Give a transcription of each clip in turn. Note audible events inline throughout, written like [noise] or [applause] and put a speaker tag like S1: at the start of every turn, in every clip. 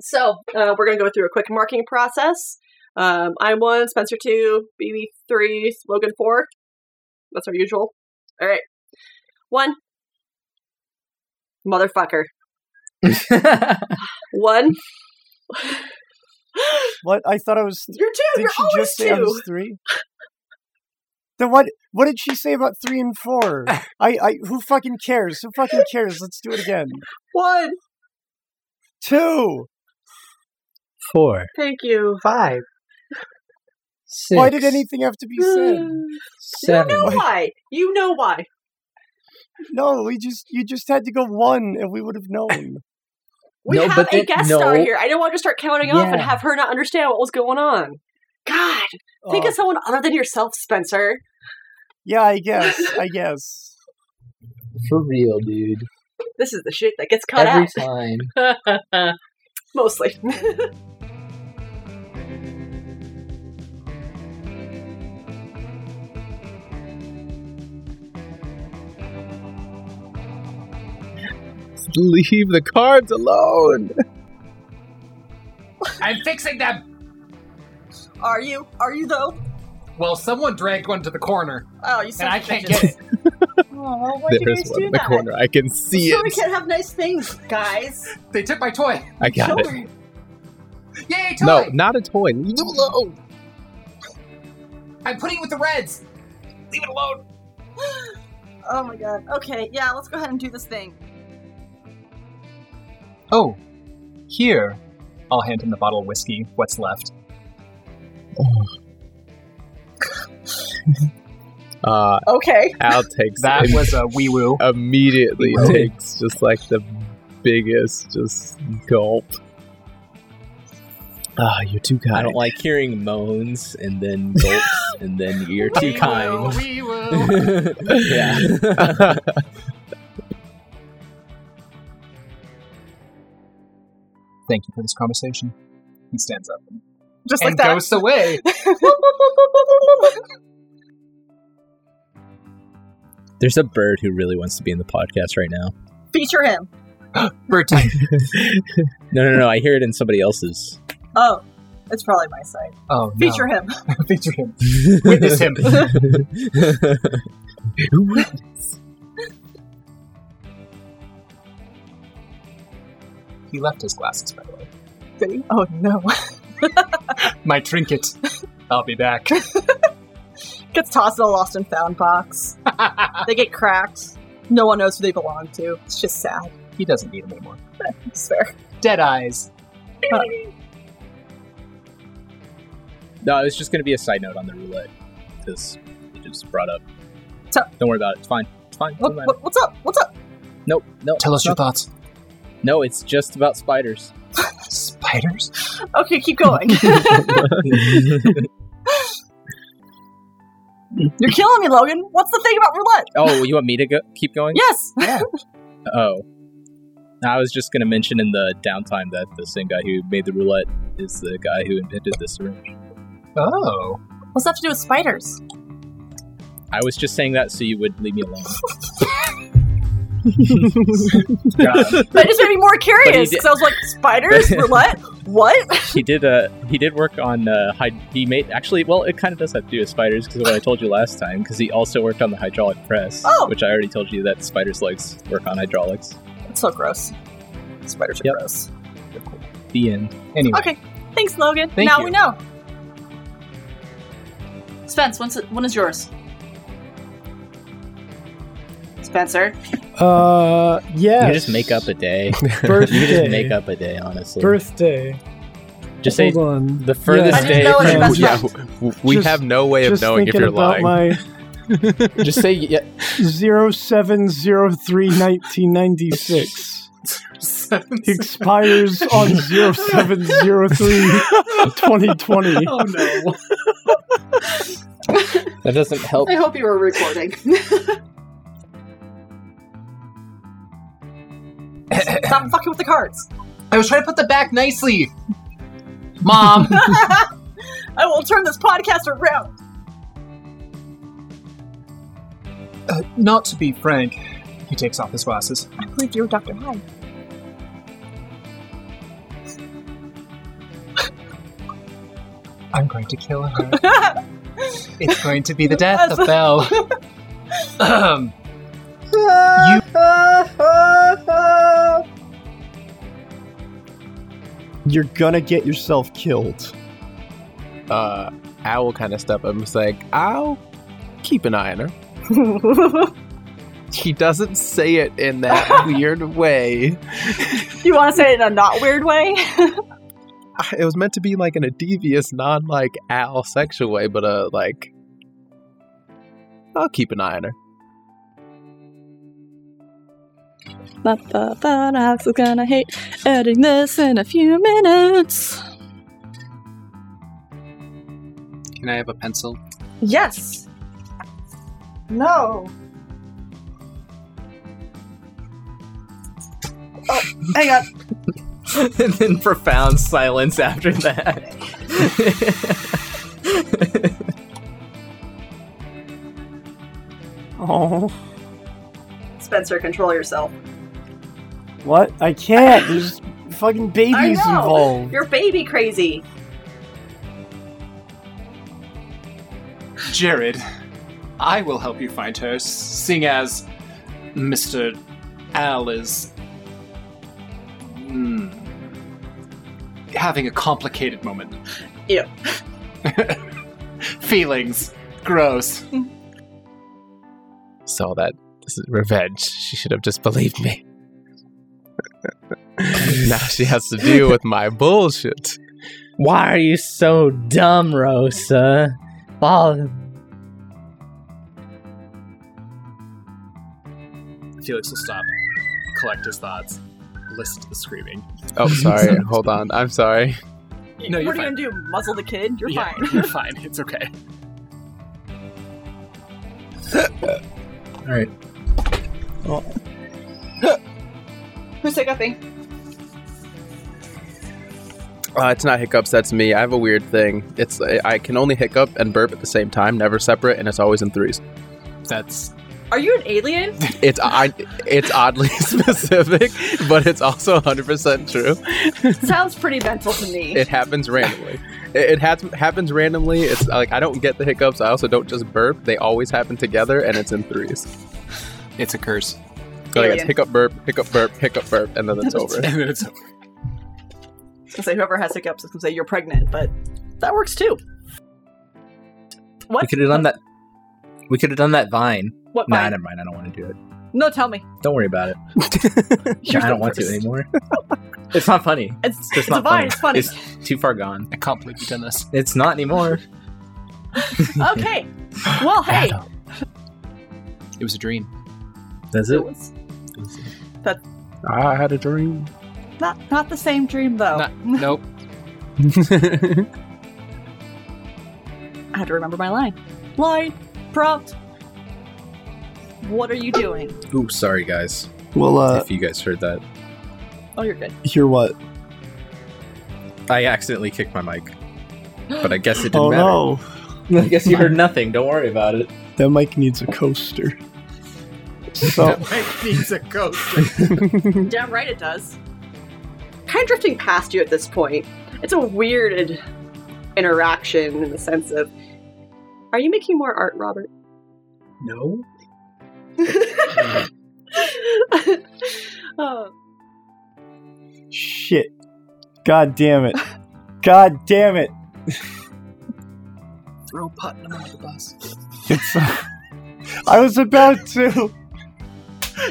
S1: So uh, we're going to go through a quick marking process. Um, I'm one, Spencer two, BB three, Logan four. That's our usual. All right. One. Motherfucker. One.
S2: What? I thought
S1: [laughs]
S2: I was.
S1: You're two.
S2: Did
S1: You're
S2: she
S1: always
S2: just say I
S1: two.
S2: was three? Then what? What did she say about three and
S1: [laughs]
S2: four? I, I, who fucking cares? Who fucking cares? Let's do it again.
S1: One.
S2: Two.
S3: Four.
S1: Thank you.
S4: Five.
S3: Six.
S2: Why did anything have to be
S1: [sighs]
S2: said?
S3: Seven.
S1: You
S5: [laughs]
S1: know why. You know why.
S2: No, we just you just had to go one, and we would have
S1: [laughs]
S2: known.
S1: We
S3: No,
S1: have
S3: but
S1: a
S3: then-
S1: guest
S3: no.
S1: star here. I didn't want to start counting off and
S3: Yeah.
S1: have her not understand what was going on. God, think
S2: Oh,
S1: of someone other than yourself, Spencer.
S2: yeah, I guess.
S1: [laughs]
S2: I guess.
S3: For real, dude.
S1: This is the shit that gets cut
S3: Every time.
S1: out. Mostly.
S5: Leave the cards alone.
S4: I'm fixing them.
S1: Are you? Are you though?
S4: Well, someone dragged one to the corner,
S1: Oh, you
S4: and
S1: said
S4: I can't get it.
S1: Oh, why'd you
S5: There's
S1: guys
S5: one
S1: do
S5: in the
S1: that?
S5: corner. I can see
S1: So we
S5: it.
S1: can't have nice things, guys.
S4: They took my toy. [laughs]
S5: I got it.
S4: Yay, toy!
S5: No, not a toy. Leave it alone.
S4: I'm putting it with the reds. Leave it alone.
S1: Oh my god. Okay, yeah, let's go ahead and do this thing.
S4: Oh, here. I'll hand him the bottle of whiskey. What's left?
S5: Uh,
S1: Okay.
S5: Al takes
S4: That
S5: it.
S4: was a wee woo.
S3: [laughs]
S5: immediately
S4: Really?
S5: takes just like the biggest just gulp. Ah, you're too
S3: I
S5: kind.
S3: don't like hearing moans and
S5: [laughs]
S3: then gulps and then you're too kind.
S4: Wee [laughs] woo.
S3: yeah.
S4: Thank you for this conversation. He stands up
S1: Just
S4: and goes away.
S3: [laughs] There's a bird who really wants to be in the podcast right now.
S1: Feature him.
S4: Bird time.
S3: No, no, no. I hear it in somebody else's.
S1: Oh, [laughs] it's probably my side.
S4: Oh, no.
S1: Feature him.
S4: Feature him. [laughs]
S3: [laughs]
S4: Witness him. He left his glasses, by the way.
S1: Oh no. [laughs]
S4: My trinket. I'll be back.
S1: Gets tossed in a lost and found box.
S3: [laughs]
S1: They get cracked. No one knows who they belong to. It's just sad.
S4: he doesn't need him anymore.
S1: I swear.
S4: Dead eyes.
S3: no, it's just going to be a side note on the roulette because it just brought up.
S1: So-
S3: Don't worry about it. It's fine. It's fine.
S1: What,
S6: Oh,
S3: Doesn't matter.
S1: what- what's up? What's up?
S3: Nope. No.
S4: Tell us your
S3: no,
S4: thoughts.
S3: no, it's just about spiders. [laughs]
S4: Spiders?
S1: Okay, keep going.
S3: Oh,
S1: You're killing me, Logan. What's the thing about roulette?
S3: oh, you want me to go- keep going?
S1: Yes.
S3: Oh. I was just going to mention in the downtime that the same guy who made the roulette is the guy who invented the syringe.
S4: [laughs] Oh.
S1: What's that have to do with spiders?
S3: I was just saying that so you would leave me alone.
S1: That just made me more curious
S3: did-
S1: because I was like,
S3: [laughs]
S1: spiders, roulette, what?
S3: he did uh he did work on uh hyd- he made actually well it kind of does have to do with spiders because what i told you last time because he also worked on the hydraulic press
S1: Oh.
S3: which i already told you that spiders legs work on hydraulics
S1: It's so gross. Spiders are
S3: Yep.
S1: gross.
S3: the end
S4: Anyway.
S1: Okay. Thanks, Logan.
S4: Thank
S1: now
S4: you.
S1: we know. Spence, when's, when is yours? Spencer.
S6: Uh, yeah.
S3: you just make up a [laughs] day
S6: birthday.
S3: you just make up a day honestly
S6: birthday.
S3: just say
S6: Hold on.
S3: the furthest
S6: I
S1: didn't
S3: day
S1: know it
S3: from-
S1: was
S5: yeah, we
S6: Just-
S5: have no way of
S6: just
S5: knowing if
S6: thinking
S5: you're
S6: about
S5: lying.
S6: my
S3: just say yeah,
S6: zero seven zero three nineteen
S1: [laughs]
S6: ninety six. expires on 0703 2020.
S1: [laughs]
S4: oh no.
S3: [laughs] that doesn't help
S1: hope you were recording. [laughs]
S6: [coughs]
S1: Stop fucking with the cards.
S4: I was trying to put them back nicely. Mom. [laughs]
S1: I will turn this podcast around.
S4: Uh, not to be frank.
S1: [laughs]
S4: He takes off his glasses.
S1: I believe you were Dr. Hyde.
S4: I'm going to kill her. It's going to be the death of Belle. Ahem. you
S2: You're gonna get yourself killed.
S3: Uh, Owl kind of step up and is like, I'll keep an eye on her. She doesn't say it in that weird way.
S1: you want to say it in a not weird way?
S3: It was meant to be like in a devious, non like Owl sexual way, but uh, like, I'll keep an eye on her.
S6: Ba, ba, ba, Alex is gonna hate editing this in a few minutes.
S4: Can I have a pencil?
S1: yes. No. Oh, hang on.
S5: [laughs] and then profound silence after that.
S7: Oh,
S1: Spencer, control yourself.
S2: What? I can't. There's fucking babies
S1: I know.
S2: involved.
S1: You're baby crazy.
S4: Jared, I will help you find her, seeing as Mr. Al is. Hmm, having a complicated moment.
S1: Ew.
S4: [laughs] Feelings. Gross.
S3: Saw that. This is revenge. She should have just believed me. [laughs] now she has to deal with my bullshit.
S5: Why are you so dumb, Rosa? Ball.
S4: Felix will stop, collect his thoughts, listen to the screaming. [laughs]
S3: Oh, sorry. Hold on. I'm sorry.
S4: No, you're
S1: what are
S4: fine.
S1: you gonna do? Muzzle the kid? You're
S4: yeah,
S1: fine.
S4: you're fine. It's okay.
S1: Who's hiccuping?
S3: Uh, it's not hiccups. That's me. I have a weird thing. It's I, I can only hiccup and burp at the same time, never separate, and it's always in threes.
S4: That's
S1: Are you an alien?
S5: [laughs]
S3: It's I. It's oddly [laughs] specific, but it's also 100 percent true.
S1: Sounds pretty mental to me.
S3: It happens randomly. It, it has, happens randomly. It's like I don't get the hiccups. I also don't just burp. They always happen together, and it's in threes.
S4: it's a curse.
S3: So like it's
S1: Alien.
S3: hiccup burp, hiccup burp, hiccup burp, and then it's
S1: [laughs]
S3: over.
S5: [laughs]
S4: and then it's over.
S1: I was gonna say whoever has hiccups is gonna say you're pregnant, but that works too. What?
S5: We could have done that. We could have done that vine.
S1: What?
S5: Nah,
S1: vine?
S5: never mind. I don't want to do it.
S1: No, tell me.
S5: Don't worry about it.
S3: [laughs]
S1: You're
S5: I
S1: the
S5: don't want
S1: worst.
S5: to anymore. it's not funny.
S1: It's,
S5: It's just
S1: it's
S5: not
S1: a vine.
S5: funny.
S1: It's
S5: It's too far gone.
S4: I can't believe you've done this.
S5: It's not anymore.
S1: funny. okay. Well, hey.
S4: It was a dream.
S5: Does it?
S1: was
S3: I had a dream.
S1: not not the same dream though.
S4: Not-
S1: [laughs]
S4: nope.
S1: I had to remember my line. Line prompt. What are you doing?
S8: Ooh, sorry guys.
S2: Well, uh,
S8: if you guys heard that,
S1: Oh, you're good.
S2: hear what?
S8: I accidentally kicked my mic, but I guess it didn't
S2: [gasps] Oh
S8: matter.
S2: no,
S5: I guess you heard nothing. Don't worry about it.
S2: that mic needs a coaster. So,
S8: needs a ghost.
S1: Damn right it does. Kind of drifting past you at this point. It's a weird interaction in the sense of, are you making more art, Robert? [laughs]
S5: No. Mm.
S1: [laughs] oh,
S2: shit. God damn it. God damn [laughs] it.
S4: Throw Putnam under the bus.
S2: It's. I was about to.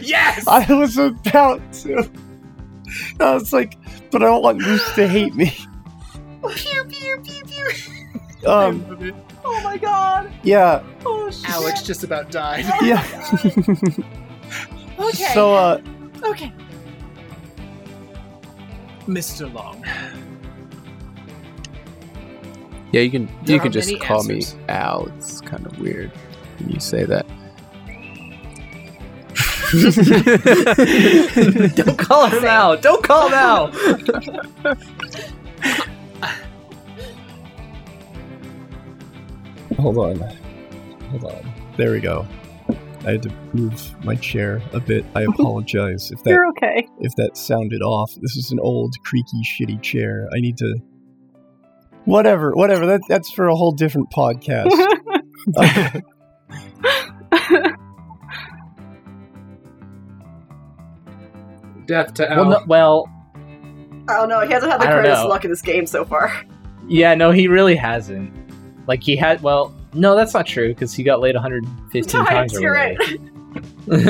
S4: Yes!
S2: I was about to. I was like, but I don't want Moose to hate me.
S1: [laughs]
S4: pew, pew, pew, pew.
S2: Um,
S1: oh my god!
S2: yeah,
S1: Oh shit!
S4: Alex just about died.
S2: yeah.
S1: [laughs] Okay.
S2: So, uh,
S1: okay.
S4: Mr. Long.
S3: Yeah, you can
S4: There
S3: you
S4: are
S3: can just
S4: many
S3: call
S4: answers.
S3: me Al. It's kind of weird when you say that.
S5: Don't call him out. Don't call him out.
S3: Hold on. Hold on.
S2: there we go. I had to move my chair a bit. [laughs] I apologize if that
S6: You're okay.
S2: if that sounded off. This is an old, creaky, shitty chair. I need to Whatever, whatever. That, that's for a whole
S1: [laughs]
S2: different podcast.
S4: Death to Al.
S5: Well, no, well,
S1: I don't know. Oh, He hasn't had the
S5: I don't
S1: greatest
S5: know.
S1: luck in this game so far.
S5: yeah, no, he really hasn't. Like he had. Well, no, that's not true because he got laid 115
S1: Times,
S5: times.
S1: you're right.
S5: already. [laughs]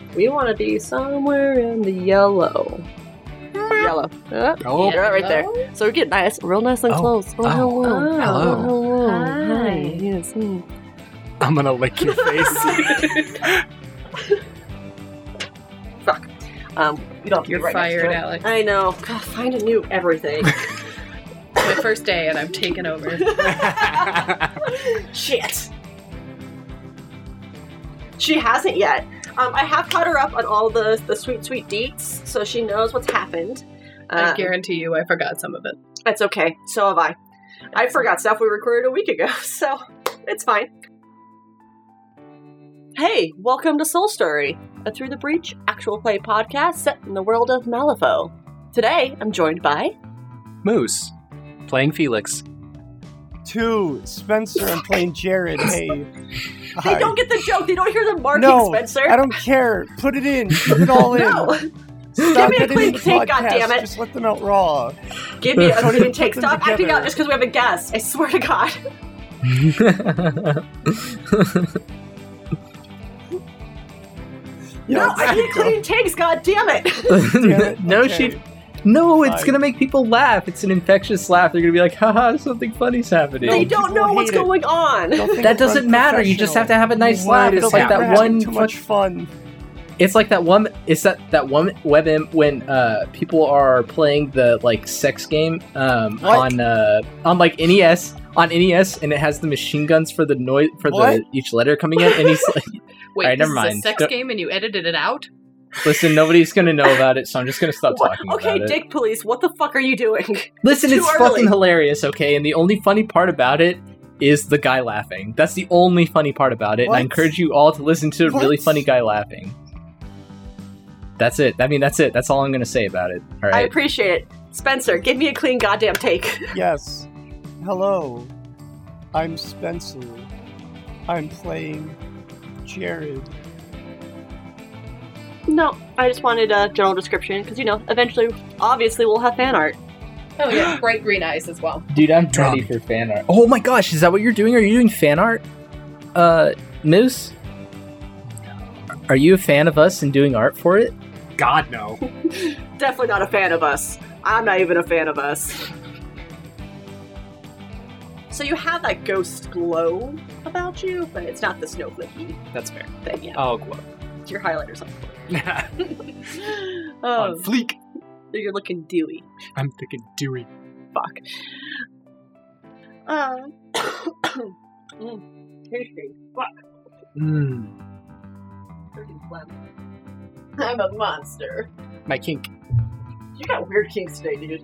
S5: That's
S6: We want to be somewhere in the yellow.
S1: Yellow.
S6: Uh,
S4: Oh,
S1: Yeah, right there.
S6: so we get nice, real nice and
S4: Oh.
S6: close. Oh,
S4: Oh.
S6: hello.
S4: Oh, hello.
S6: hello.
S9: Hi.
S6: Hi. Yes. mm.
S4: I'm gonna lick your face.
S1: Um, you don't have to
S9: You're
S1: be right next to
S9: fired,
S1: it.
S9: Alex.
S1: I know. God, find a new
S6: [laughs]
S1: everything.
S9: My first day, and I'm taking [laughs] over.
S1: Shit. She hasn't yet. Um, I have caught her up on all the the sweet sweet deets, so she knows what's happened.
S9: I
S1: Uh,
S9: guarantee you, I forgot some of it.
S1: that's okay. So have I. I forgot stuff we recorded a week ago, [laughs] so it's fine. Hey, welcome to Soul Story, a Through the Breach actual play podcast set in the world of Malifaux. Today, I'm joined by
S4: Moose playing Felix.
S2: [laughs] Two, Spencer, I'm playing Jared. Hey.
S1: they
S2: Hi.
S1: don't get the joke. They don't hear the marking,
S2: No,
S1: Spencer.
S2: I don't care. Put it in. Put
S1: [laughs]
S2: it all in.
S1: no, Give
S2: Stop
S1: me a
S2: editing
S1: clean
S2: the
S1: take,
S2: podcast.
S1: goddammit.
S2: Just let them out raw.
S1: give me a
S2: Don't even [laughs]
S1: clean take.
S2: put them
S1: Stop acting out
S2: together.
S1: just because we have a guest. I swear to God. [laughs]
S5: [laughs]
S2: Yeah,
S1: no, I need clean takes. God damn it!
S5: [laughs]
S2: Damn it.
S5: no,
S2: Okay.
S5: she. No, it's
S2: Fine.
S5: gonna make people laugh. It's an infectious laugh. They're gonna be like, haha, something funny's happening.
S1: they
S2: No,
S1: don't
S2: people
S1: know what's
S2: hate it.
S1: going on.
S2: Don't think
S5: that
S2: I'm
S5: doesn't matter. You just have to have a nice
S2: Why?
S5: laugh. It's
S2: Don't
S5: like
S2: think we're
S5: that
S2: having
S5: one.
S2: Too much fun.
S5: It's like that one. It's that that one webm when uh, people are playing the like sex game um,
S2: What?
S5: on uh, on like NES on NES, and it has the machine guns for the noise for
S2: What?
S5: the each letter coming in. And he's like, [laughs]
S9: Wait,
S5: Alright,
S9: this
S5: never
S9: is a
S5: mind.
S9: sex
S5: Don't-
S9: game, and you edited it out?
S5: "Listen, nobody's gonna know about it, so I'm just gonna stop
S1: What-
S5: talking
S1: okay,
S5: about it."
S1: Dick Police, what the fuck are you doing?
S5: Listen,
S1: too
S5: it's
S1: early.
S5: fucking hilarious, okay? And the only funny part about it is the guy laughing. That's the only funny part about it. And I
S2: What?
S5: encourage you all to listen to a really
S2: What?
S5: funny guy laughing. That's it. I mean, that's it. That's all I'm gonna say about it. All
S1: I
S5: right.
S1: appreciate it. Spencer, give me a clean goddamn take.
S2: Yes. Hello. I'm Spencer. I'm playing Jared.
S1: [laughs] No, I just wanted a general description because you know, eventually, obviously, we'll have fan art.
S9: Oh yeah, [gasps] bright green eyes as well. [laughs]
S5: Dude, I'm
S4: Drop
S5: ready for fan art. Oh my gosh, is that what you're doing? Are you doing fan art? Uh, Moose? Are you a fan of us and doing art for it?
S4: God no. [laughs]
S1: Definitely not a fan of us. I'm not even a fan of us. So you have that ghost glow about you, but it's not the snowflakey
S4: That's fair.
S1: thing yet.
S4: Oh, what?
S1: Your highlighter's on.
S4: On
S1: Oh,
S4: fleek.
S1: you're looking dewy.
S4: I'm thinking Dewey.
S1: Fuck. Um. [coughs] mm, tasty. Fuck.
S4: Mm, [gasps]
S1: Freaking phlegm. I'm a monster.
S4: my kink.
S1: You got weird kinks today, dude.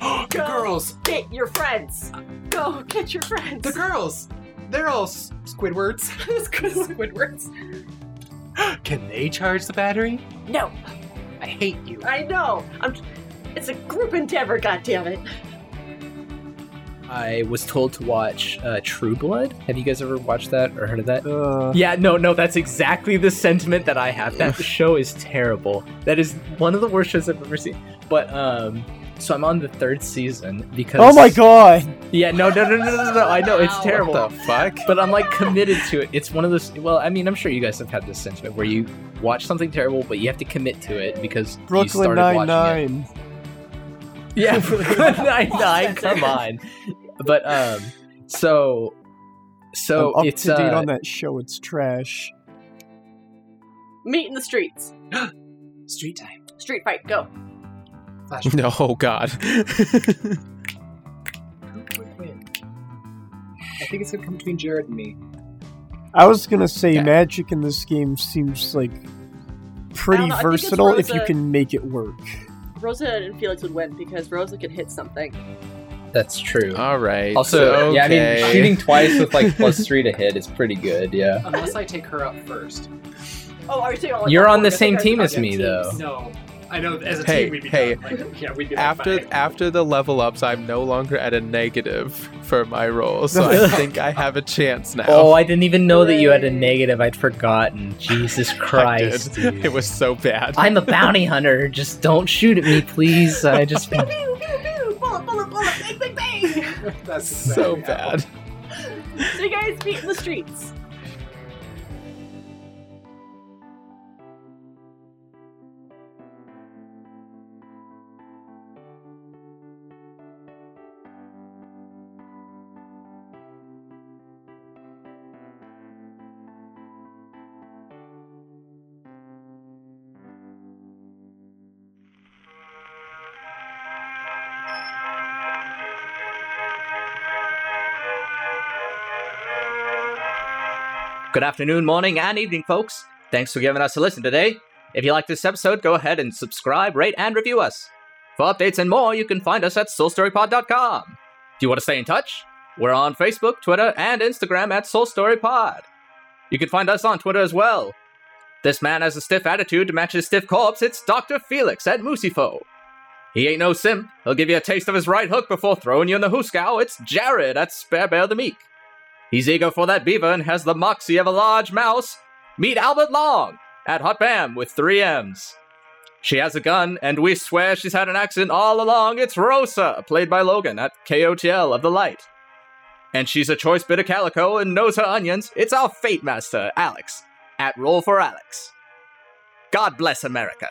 S4: the girls.
S1: Get your friends. Go get your friends.
S4: The girls. They're all s- Squidwards. [laughs]
S9: Squidwards.
S4: Can they charge the battery?
S1: No,
S4: I hate you.
S1: I know. I'm. It's a group endeavor. goddammit.
S5: I was told to watch uh, True Blood. Have you guys ever watched that or heard of that?
S2: Uh,
S5: Yeah, no, no, that's exactly the sentiment that I have. That show is terrible. That is one of the worst shows I've ever seen. But, um,. So I'm on the third season because
S2: oh my god!
S5: Yeah, no, no, no, no, no, no. I know it's
S9: Wow.
S5: terrible.
S3: What the fuck?
S5: but I'm like committed to it. It's one of those. Well, I mean, I'm sure you guys have had this sentiment where you watch something terrible, but you have to commit to it because you
S2: Brooklyn
S5: started
S2: Nine
S5: watching it.
S2: Nine.
S5: Yeah, [laughs] Brooklyn Nine Nine. Come on. But um, so so
S2: I'm up
S5: it's
S2: to date
S5: uh,
S2: on that show. It's trash.
S1: Meet in the streets.
S4: Street time.
S1: Street fight. Go.
S4: Flash.
S3: No, oh god.
S4: Who would win? I think it's gonna come between Jared and me.
S2: I was gonna say
S3: Yeah.
S2: magic in this game seems like
S1: I
S2: pretty
S1: don't know, I think it's
S2: versatile if you
S1: Rosa-
S2: can make it work.
S1: Rosa and Felix would win because Rosa could hit something.
S5: that's true.
S3: All right.
S5: also,
S3: okay.
S5: yeah, I mean, shooting twice with like plus three to hit is pretty good. Yeah.
S4: Unless I take her up first.
S9: [laughs]
S1: Oh, are you saying all?
S5: You're on the
S1: I think
S5: same
S1: I was
S5: team
S1: on the
S5: as me,
S1: teams.
S5: though.
S4: No. I know as a
S3: Hey,
S4: team we'd be
S3: hey.
S4: done. Like, yeah, we'd be
S3: After
S4: like, bye.
S3: after the level ups, I'm no longer at a negative for my roll, so I think I have a chance now.
S9: Oh, I didn't even know that you had a negative. I'd forgotten. Jesus
S3: [laughs] I
S9: Christ.
S3: did. [laughs] It was so bad.
S9: I'm a bounty hunter. Just don't shoot at me, please. I just.
S6: Bullet, bullet, bullet, bang, bang, bang!
S4: [laughs] That's
S3: so
S4: exactly how-
S3: bad.
S6: so you guys meet in the streets.
S5: Good afternoon, morning, and evening, folks. Thanks for giving us a listen today. If you like this episode, go ahead and subscribe, rate, and review us. For updates and more, you can find us at soulstorypod.com. Do you want to stay in touch? We're on Facebook, Twitter, and Instagram at soulstorypod. You can find us on Twitter as well. This man has a stiff attitude to match his stiff corpse. It's Dr. Felix at Moosifo. He ain't no simp. He'll give you a taste of his right hook before throwing you in the hooskow. It's Jared at Spare Bear the Meek. He's eager for that beaver and has the moxie of a large mouse. Meet Albert Long at Hot Bam with three M's. She has a gun, and we swear she's had an accident all along. It's Rosa, played by Logan at KOTL of the Light. And she's a choice bit of calico and knows her onions. It's our Fate Master, Alex, at Roll for Alex. God bless America.